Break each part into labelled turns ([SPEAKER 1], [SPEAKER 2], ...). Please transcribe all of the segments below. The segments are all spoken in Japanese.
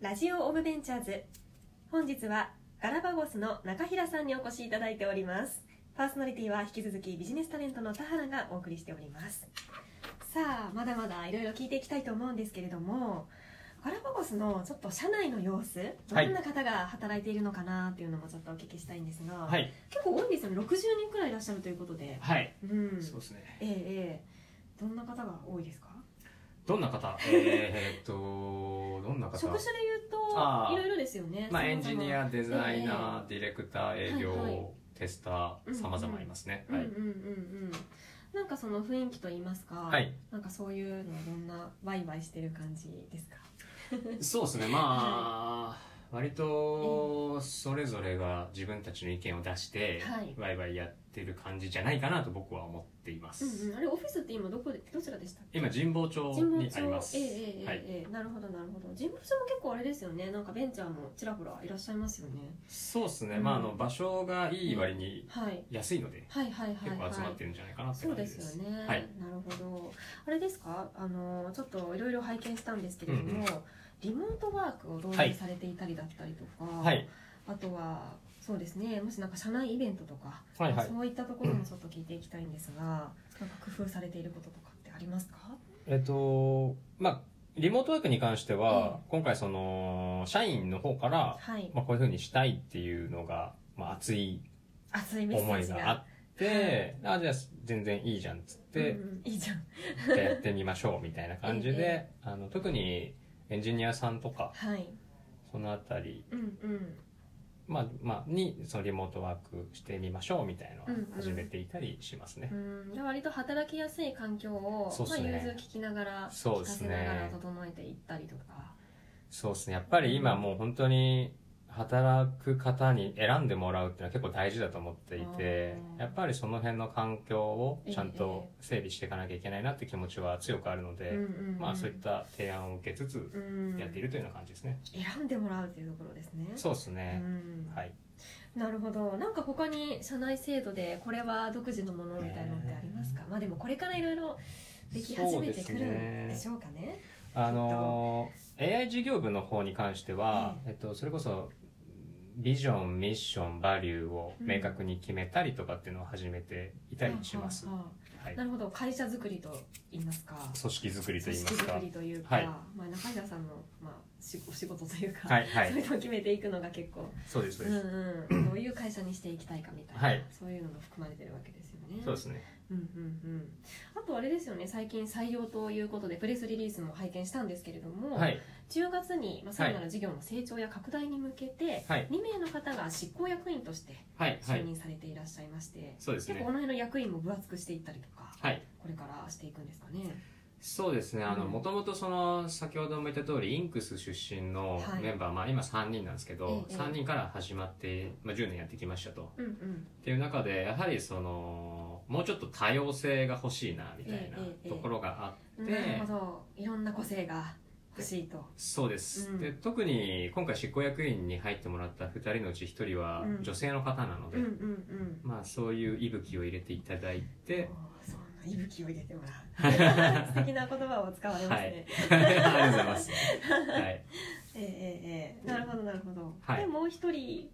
[SPEAKER 1] ラジオ・オブ・ベンチャーズ本日はガラパゴスの中平さんにお越しいただいておりますパーソナリティは引き続きビジネスタレントの田原がお送りしておりますさあまだまだいろいろ聞いていきたいと思うんですけれどもガラパゴスのちょっと社内の様子どんな方が働いているのかなっていうのもちょっとお聞きしたいんですが、
[SPEAKER 2] はい、
[SPEAKER 1] 結構多いんですよね60人くらいいらっしゃるということで
[SPEAKER 2] はい、
[SPEAKER 1] うん
[SPEAKER 2] そうですね。
[SPEAKER 1] ええええどんな方が多いですか
[SPEAKER 2] どん な方、えー、っと、どんな方。
[SPEAKER 1] 職種で言う
[SPEAKER 2] あ
[SPEAKER 1] とい
[SPEAKER 2] ー
[SPEAKER 1] ろいろですよね
[SPEAKER 2] まあ、
[SPEAKER 1] 様々
[SPEAKER 2] エンジニア、デザイ
[SPEAKER 1] え
[SPEAKER 2] ナー、ディレクター、営業、
[SPEAKER 1] はいはい
[SPEAKER 2] テスタ
[SPEAKER 1] うんうん
[SPEAKER 2] ー、様々いますね。
[SPEAKER 1] うん
[SPEAKER 2] は
[SPEAKER 1] うんうん。
[SPEAKER 2] い
[SPEAKER 1] うんなんかその雰囲気と言いますか、
[SPEAKER 2] はい、
[SPEAKER 1] なんかそういうのはどんなワイワイしてる感じですか
[SPEAKER 2] そうですね、まあ。割とそれぞれが自分たちの意見を出して
[SPEAKER 1] はい
[SPEAKER 2] ワイワイやってる感じじゃないかなと僕は思っていま
[SPEAKER 1] う
[SPEAKER 2] す、
[SPEAKER 1] んうんあれオフィスって今どこでどちらでしたっけ
[SPEAKER 2] 今神保町
[SPEAKER 1] 神保
[SPEAKER 2] に
[SPEAKER 1] 町
[SPEAKER 2] あります
[SPEAKER 1] ええええええ
[SPEAKER 2] はい、
[SPEAKER 1] ええなるほどなるほど神保町も結構あれですよねなんかベンチャーもちらほらいらっしゃいますよね
[SPEAKER 2] そうですね、
[SPEAKER 1] うん
[SPEAKER 2] まああの場所がいい割に
[SPEAKER 1] はい
[SPEAKER 2] 安いので
[SPEAKER 1] はいはいはい
[SPEAKER 2] 結
[SPEAKER 1] はい
[SPEAKER 2] 構集まってるんじゃないかなって
[SPEAKER 1] そう
[SPEAKER 2] 感じ
[SPEAKER 1] で
[SPEAKER 2] ですす
[SPEAKER 1] よね、
[SPEAKER 2] はい
[SPEAKER 1] なるほどあれですかあのちょっといろいろ拝見したんですけれども、
[SPEAKER 2] うんうん
[SPEAKER 1] リモートワークを導入されていたりだったりとか、
[SPEAKER 2] はい
[SPEAKER 1] あとはそうですねもしなんか社内イベントとか、
[SPEAKER 2] はいはい
[SPEAKER 1] そういったところもちょっと聞いていきたいんですがなんか工夫されていることとかってありますか
[SPEAKER 2] えっと、まあ、リモートワークに関しては、今回その、社員の方から、
[SPEAKER 1] はい
[SPEAKER 2] まあ、こういうふうにしたいっていうのが、まあ、熱い
[SPEAKER 1] 熱いメッセ
[SPEAKER 2] 思
[SPEAKER 1] ー
[SPEAKER 2] い
[SPEAKER 1] ジ
[SPEAKER 2] があ
[SPEAKER 1] が
[SPEAKER 2] って、あ、じゃあ全然いいじゃんっつっ
[SPEAKER 1] う
[SPEAKER 2] て
[SPEAKER 1] ん、うんいいじゃん
[SPEAKER 2] じゃあやってみましょうみたいな感 じで
[SPEAKER 1] え、
[SPEAKER 2] あの、特にエンジニアさんとか、
[SPEAKER 1] はい
[SPEAKER 2] そのあたり、
[SPEAKER 1] うんうん
[SPEAKER 2] まあ、まあ、に、そのリモートワークしてみましょうみたいなのを
[SPEAKER 1] うんうん
[SPEAKER 2] 始めていたりしますね
[SPEAKER 1] う。んで割と働きやすい環境を、
[SPEAKER 2] そうっ
[SPEAKER 1] まあ、
[SPEAKER 2] す
[SPEAKER 1] 融
[SPEAKER 2] ね
[SPEAKER 1] 通聞きながら、
[SPEAKER 2] そう
[SPEAKER 1] 聞
[SPEAKER 2] っ
[SPEAKER 1] か
[SPEAKER 2] す
[SPEAKER 1] せ
[SPEAKER 2] ね
[SPEAKER 1] ながら整えていったりとか
[SPEAKER 2] そうですね。やっぱり今もう本当に働く方に選んでもらうっていうのは結構大事だと思っていて、
[SPEAKER 1] うん
[SPEAKER 2] やっぱりその辺の環境をちゃんと整備していかなきゃいけないなって気持ちは強くあるので、
[SPEAKER 1] うんうんうん
[SPEAKER 2] まあそういった提案を受けつつ
[SPEAKER 1] うん
[SPEAKER 2] やっているというような感じですね。
[SPEAKER 1] 選んでもらうというところですね。
[SPEAKER 2] そうですね。
[SPEAKER 1] ん
[SPEAKER 2] はい。
[SPEAKER 1] なるほどなんか他に社内制度でこれは独自のものみたいなのってありますか、まあでもこれからいろいろでき始めてくるんでしょうかね
[SPEAKER 2] あのー、AI 事業部の方に関しては、えっと、それこそ、ビジョン、ミッション、バリューを明確に決めたりとかっていうのを始めていたりします。
[SPEAKER 1] はあはあ
[SPEAKER 2] はい
[SPEAKER 1] な。るほど会社作りと言いますか
[SPEAKER 2] 組織作りと
[SPEAKER 1] 組
[SPEAKER 2] 言いま
[SPEAKER 1] 織
[SPEAKER 2] すか
[SPEAKER 1] 作。りというか、
[SPEAKER 2] はい
[SPEAKER 1] まあ、中平さんの、まあ、しお仕事というか、
[SPEAKER 2] はいは
[SPEAKER 1] そうい
[SPEAKER 2] い。
[SPEAKER 1] うのを決めていくのが結構
[SPEAKER 2] そうです、そううんです。
[SPEAKER 1] うん、どういう会社にしていきたいかみたいな、
[SPEAKER 2] はい
[SPEAKER 1] そういうのも含まれてるわけですよね。
[SPEAKER 2] そうですね。
[SPEAKER 1] うんうんうん、あとあれですよね最近採用ということでプレスリリースも拝見したんですけれども、
[SPEAKER 2] はい。
[SPEAKER 1] 10月に、まあ、さ
[SPEAKER 2] は
[SPEAKER 1] ら
[SPEAKER 2] い
[SPEAKER 1] なる事業の成長や拡大に向けて、
[SPEAKER 2] はい。
[SPEAKER 1] 2名の方が執行役員として
[SPEAKER 2] はい。は
[SPEAKER 1] 就
[SPEAKER 2] い。
[SPEAKER 1] 任されていらっしゃいまして、
[SPEAKER 2] そうです
[SPEAKER 1] 結構こ
[SPEAKER 2] ね。
[SPEAKER 1] の辺の役員も分厚くしていったりとか
[SPEAKER 2] はい。
[SPEAKER 1] これからしていくんですかね。
[SPEAKER 2] そうですね。あの、
[SPEAKER 1] うん
[SPEAKER 2] もともとその、先ほども言った通り、インクス出身の
[SPEAKER 1] はい
[SPEAKER 2] メンバー、まあ今3人なんですけど、
[SPEAKER 1] ええ
[SPEAKER 2] 3人から始まって、まあ10年やってきましたと。
[SPEAKER 1] うんうん
[SPEAKER 2] っていう中で、やはりその、もうちょっと多様性が欲しいな、みたいな
[SPEAKER 1] ええええ
[SPEAKER 2] ところがあって、
[SPEAKER 1] なるほどいろんな個性が欲しいと。
[SPEAKER 2] そうです、
[SPEAKER 1] うん
[SPEAKER 2] で特に今回執行役員に入ってもらった2人のうち1人は
[SPEAKER 1] うん
[SPEAKER 2] 女性の方なの
[SPEAKER 1] う
[SPEAKER 2] で、
[SPEAKER 1] んうんうん
[SPEAKER 2] まあそういう息吹を入れていただい て、
[SPEAKER 1] おーそんな息吹を入れてもらう 素敵な言葉を使われますね、
[SPEAKER 2] ありがとうございます。はい。
[SPEAKER 1] ええええええなるほどなるほど、
[SPEAKER 2] はい
[SPEAKER 1] でもう一人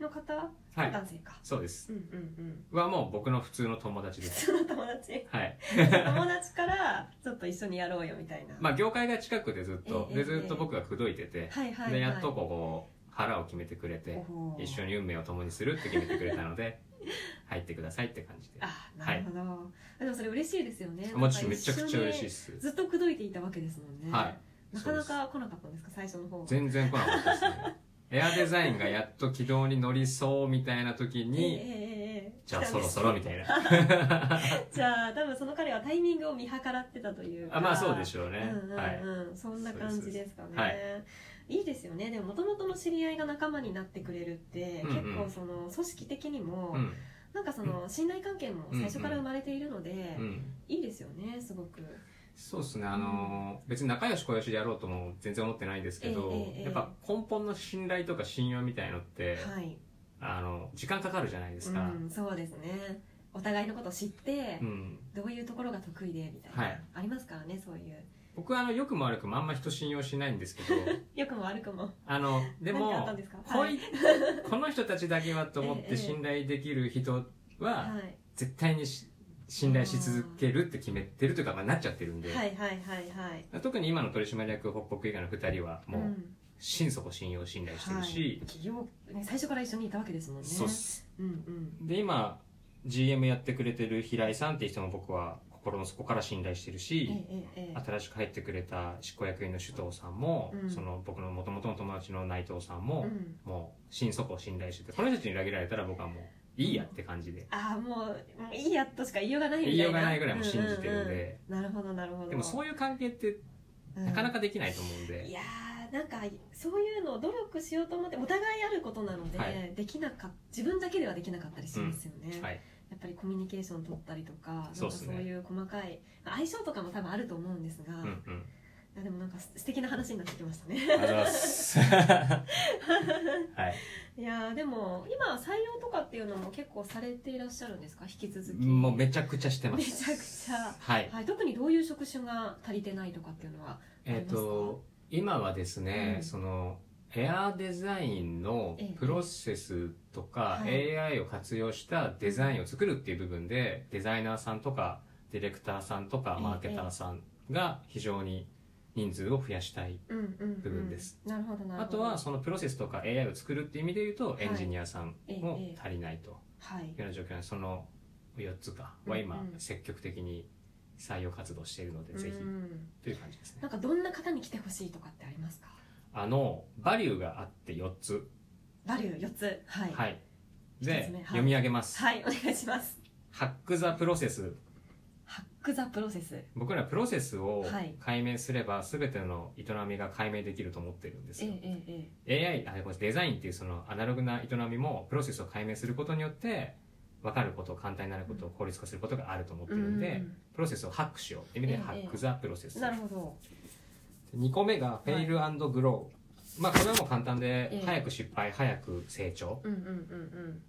[SPEAKER 1] の方、
[SPEAKER 2] はい。
[SPEAKER 1] 男性か
[SPEAKER 2] そうです。
[SPEAKER 1] うんうん
[SPEAKER 2] はもう僕の普通の友達
[SPEAKER 1] うん
[SPEAKER 2] で す。
[SPEAKER 1] その友達
[SPEAKER 2] はい。
[SPEAKER 1] 友達からちょっと一緒にやろうよみたいな、
[SPEAKER 2] まあ業界が近くでずっと、
[SPEAKER 1] ええええ
[SPEAKER 2] でずっと僕が口説いてて、
[SPEAKER 1] はいはいはい
[SPEAKER 2] でやっとこう腹を決めてくれて、
[SPEAKER 1] おー
[SPEAKER 2] 一緒に運命を共にするって決めてくれたの で、入ってくださいって感じで。
[SPEAKER 1] あなるほど、でもそれ嬉しいですよね
[SPEAKER 2] もちめちゃくちゃ嬉しい
[SPEAKER 1] い
[SPEAKER 2] です。
[SPEAKER 1] ずっと口説いていたわけですもんね、
[SPEAKER 2] はい。
[SPEAKER 1] なかなか来なかったんですか最初の方
[SPEAKER 2] 全然来なかったですね。エアデザインがやっと軌道に乗りそうみたいな
[SPEAKER 1] え
[SPEAKER 2] 時
[SPEAKER 1] ええ
[SPEAKER 2] に、
[SPEAKER 1] えええ
[SPEAKER 2] じゃあそろそろみたいな。
[SPEAKER 1] じゃあ多分その彼はタイミングを見計らってたというか
[SPEAKER 2] あまあそうでしょう
[SPEAKER 1] う
[SPEAKER 2] ね。
[SPEAKER 1] ん
[SPEAKER 2] はい。
[SPEAKER 1] うんうんそんな感じですかね、、
[SPEAKER 2] はい
[SPEAKER 1] いですよねでももともとの知り合いが仲間になってくれるって、
[SPEAKER 2] うんうん
[SPEAKER 1] 結構その組織的にも、
[SPEAKER 2] うん。
[SPEAKER 1] なんかその信頼関係も最初から生まれているので、
[SPEAKER 2] うん。
[SPEAKER 1] いいですよねすごく
[SPEAKER 2] そうですね、あのー別に仲良し小良しでやろうとも全然思ってないんですけど、
[SPEAKER 1] ええええ
[SPEAKER 2] やっぱ根本の信頼とか信用みたいのって、
[SPEAKER 1] はい、
[SPEAKER 2] あの時間かかるじゃないですか、
[SPEAKER 1] うん、そうですねお互いのことを知って、
[SPEAKER 2] うん
[SPEAKER 1] どういうところが得意でみたいな、
[SPEAKER 2] はい
[SPEAKER 1] ありますからねそういう
[SPEAKER 2] 僕はあの良くも悪くもあんま人信用しないんで すけど
[SPEAKER 1] 良くも悪くも
[SPEAKER 2] あので
[SPEAKER 1] 何があ
[SPEAKER 2] も
[SPEAKER 1] ったんですか
[SPEAKER 2] こ
[SPEAKER 1] はいい、
[SPEAKER 2] この人たちだけはと思っ
[SPEAKER 1] ええ
[SPEAKER 2] て信頼できる人
[SPEAKER 1] は、
[SPEAKER 2] はい絶対にし信頼し続けるって決めてるというか、まあ、なっちゃってるんで、
[SPEAKER 1] はいはいはいはい
[SPEAKER 2] 特に今の取締役北国以外の2人はもう
[SPEAKER 1] うん
[SPEAKER 2] 心底信用信頼してる
[SPEAKER 1] はい
[SPEAKER 2] し、
[SPEAKER 1] 企業ね最初から一緒にいたわけですもんね
[SPEAKER 2] そうっす
[SPEAKER 1] うんうん
[SPEAKER 2] で今 GM やってくれてる平井さんっていう人も僕は心の底から信頼してる
[SPEAKER 1] ええ
[SPEAKER 2] し、
[SPEAKER 1] ええ
[SPEAKER 2] 新しく入ってくれた執行役員の首藤さんも、
[SPEAKER 1] うん
[SPEAKER 2] その僕の元々の友達の内藤さんも、
[SPEAKER 1] うん
[SPEAKER 2] もう心底信頼しててこの人たちに裏切られたら僕はもういいやって感じで、
[SPEAKER 1] ああもうもういいやとしか言いようがないみたいな
[SPEAKER 2] 言いようがないぐらいもう信じてるん
[SPEAKER 1] うう
[SPEAKER 2] で、
[SPEAKER 1] うんなるほどなるほど
[SPEAKER 2] でもそういう関係って
[SPEAKER 1] うん
[SPEAKER 2] なかなかできないと思うんで、
[SPEAKER 1] いやーなんかそういうのを努力しようと思ってお互いあることなので、
[SPEAKER 2] はい
[SPEAKER 1] できなかっ自分だけではできなかったりしますよね、
[SPEAKER 2] はい
[SPEAKER 1] やっぱりコミュニケーション取ったりとかなんか
[SPEAKER 2] そ
[SPEAKER 1] そうう
[SPEAKER 2] っすね
[SPEAKER 1] いう細かい相性とかも多分あると思うんですが、
[SPEAKER 2] うんうん
[SPEAKER 1] いやでもなんかす素敵な話になってきましたね
[SPEAKER 2] ありがとうございます。はい
[SPEAKER 1] やーでも今採用とかっていうのも結構されていらっしゃるんですか引き続
[SPEAKER 2] い。
[SPEAKER 1] き
[SPEAKER 2] もうめちゃくちゃしてま
[SPEAKER 1] め
[SPEAKER 2] す。
[SPEAKER 1] ちゃくちゃ、
[SPEAKER 2] はい。
[SPEAKER 1] はい、特にどういう職種が足りてないとかっていうのは
[SPEAKER 2] えっ、と、今はですね、
[SPEAKER 1] うん
[SPEAKER 2] その、エアーデザインの
[SPEAKER 1] ええ
[SPEAKER 2] プロセスと
[SPEAKER 1] は
[SPEAKER 2] か、AI を活用したデザインを作るっていう部分で、デザイナーさんとか、ディレクターさんとか
[SPEAKER 1] え、え
[SPEAKER 2] マーケターさんが非常に人数を増やしたい。
[SPEAKER 1] うんうんうん
[SPEAKER 2] 部分です
[SPEAKER 1] なるほどなる
[SPEAKER 2] あ
[SPEAKER 1] ほ
[SPEAKER 2] と
[SPEAKER 1] ど
[SPEAKER 2] は、そのプロセスとか AI を作るっていう意味で言うと、
[SPEAKER 1] い
[SPEAKER 2] エンジニアさん
[SPEAKER 1] ええ
[SPEAKER 2] も
[SPEAKER 1] ええ
[SPEAKER 2] 足りないと。
[SPEAKER 1] はい
[SPEAKER 2] いうような状況でその4つかは今
[SPEAKER 1] うんうん
[SPEAKER 2] 積極的に採用活動しているので、ぜひ
[SPEAKER 1] うん
[SPEAKER 2] という感じですね
[SPEAKER 1] なんかどんな方に来てほしいとかってありますか
[SPEAKER 2] あのバリューがあって4つ
[SPEAKER 1] バリュー4つはい
[SPEAKER 2] はい、で
[SPEAKER 1] 一つ目はい
[SPEAKER 2] 読み上げます、
[SPEAKER 1] はいお願いします
[SPEAKER 2] ハック・ザ・プロセス
[SPEAKER 1] ハック・ザ・プロセス
[SPEAKER 2] 僕らプロセスを
[SPEAKER 1] はい
[SPEAKER 2] 解明すれば全ての営みが解明できると思ってるんです
[SPEAKER 1] ええ
[SPEAKER 2] よ、
[SPEAKER 1] えええ
[SPEAKER 2] AI あごめんなさいデザインっていうそのアナログな営みもプロセスを解明することによって分かること簡単になることを効率化することがあると思っ
[SPEAKER 1] え
[SPEAKER 2] てるんで、
[SPEAKER 1] うん
[SPEAKER 2] プロセスをハックしようって意味で、
[SPEAKER 1] ええ
[SPEAKER 2] ハック・ザ・プロセス
[SPEAKER 1] なるほど
[SPEAKER 2] 2個目がフェイルグロー、まあこれはもう簡単で
[SPEAKER 1] ええ
[SPEAKER 2] 早く失敗早く成長
[SPEAKER 1] うんうんうんうん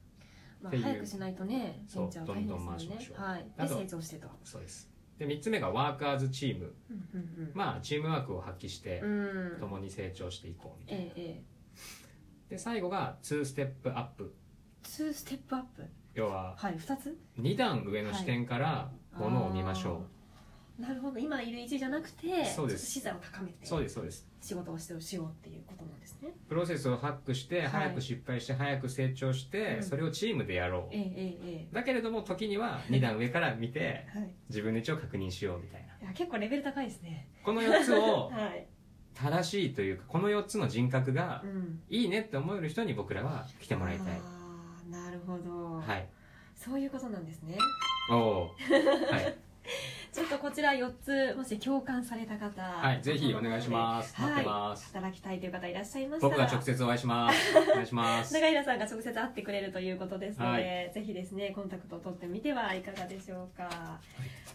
[SPEAKER 1] まあ
[SPEAKER 2] っていう
[SPEAKER 1] 早くしないとね
[SPEAKER 2] そう
[SPEAKER 1] 現地は大変です
[SPEAKER 2] どんどん
[SPEAKER 1] よ
[SPEAKER 2] 回しま
[SPEAKER 1] ね
[SPEAKER 2] しょう
[SPEAKER 1] はい
[SPEAKER 2] あ
[SPEAKER 1] で
[SPEAKER 2] と
[SPEAKER 1] 成長してと
[SPEAKER 2] そうですで3つ目がワーカーズチーム
[SPEAKER 1] うんうんうん
[SPEAKER 2] まあチームワークを発揮して
[SPEAKER 1] うん
[SPEAKER 2] 共に成長していこうみたいな
[SPEAKER 1] えええ
[SPEAKER 2] で最後が2ステップアップ
[SPEAKER 1] え2ステップアップ
[SPEAKER 2] 要は
[SPEAKER 1] はい2つ
[SPEAKER 2] 2段上の視点からものを見ましょ
[SPEAKER 1] あーなるほど今いる位置じゃなくて
[SPEAKER 2] そうです
[SPEAKER 1] ちょっと資産を高め
[SPEAKER 2] う、
[SPEAKER 1] て
[SPEAKER 2] そうですそうです
[SPEAKER 1] 仕事をしてしようっていうことなんですね
[SPEAKER 2] プロセスをハックして
[SPEAKER 1] はい
[SPEAKER 2] 早く失敗して早く成長して、
[SPEAKER 1] うん
[SPEAKER 2] それをチームでやろう、
[SPEAKER 1] ええええ
[SPEAKER 2] だけれども時 には2段上から見て
[SPEAKER 1] ええはい
[SPEAKER 2] 自分の位置を確認しようみたいない
[SPEAKER 1] や結構レベル高いですね
[SPEAKER 2] この4つを
[SPEAKER 1] はい
[SPEAKER 2] 正しいというかこの4つの人格が
[SPEAKER 1] うん
[SPEAKER 2] いいねって思える人に僕らは来てもらいたい
[SPEAKER 1] あーなるほど、
[SPEAKER 2] はい
[SPEAKER 1] そういうことなんですね
[SPEAKER 2] おおーはい、
[SPEAKER 1] ちょっとこちら4つもし共感された方
[SPEAKER 2] はい、 ぜひお願いします
[SPEAKER 1] はい
[SPEAKER 2] 待ってます
[SPEAKER 1] 働きたいという方いらっしゃいましたら
[SPEAKER 2] 僕が直接お会いしますお願いし ます
[SPEAKER 1] 永平さんが直接会ってくれるということですので、
[SPEAKER 2] はい
[SPEAKER 1] ぜひですねコンタクトを取ってみてはいかがでしょうか。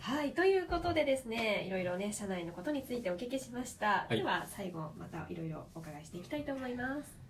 [SPEAKER 1] はいということでですねいろいろね社内のことについてお聞きしました、
[SPEAKER 2] はい
[SPEAKER 1] では最後またいろいろお伺いしていきたいと思います。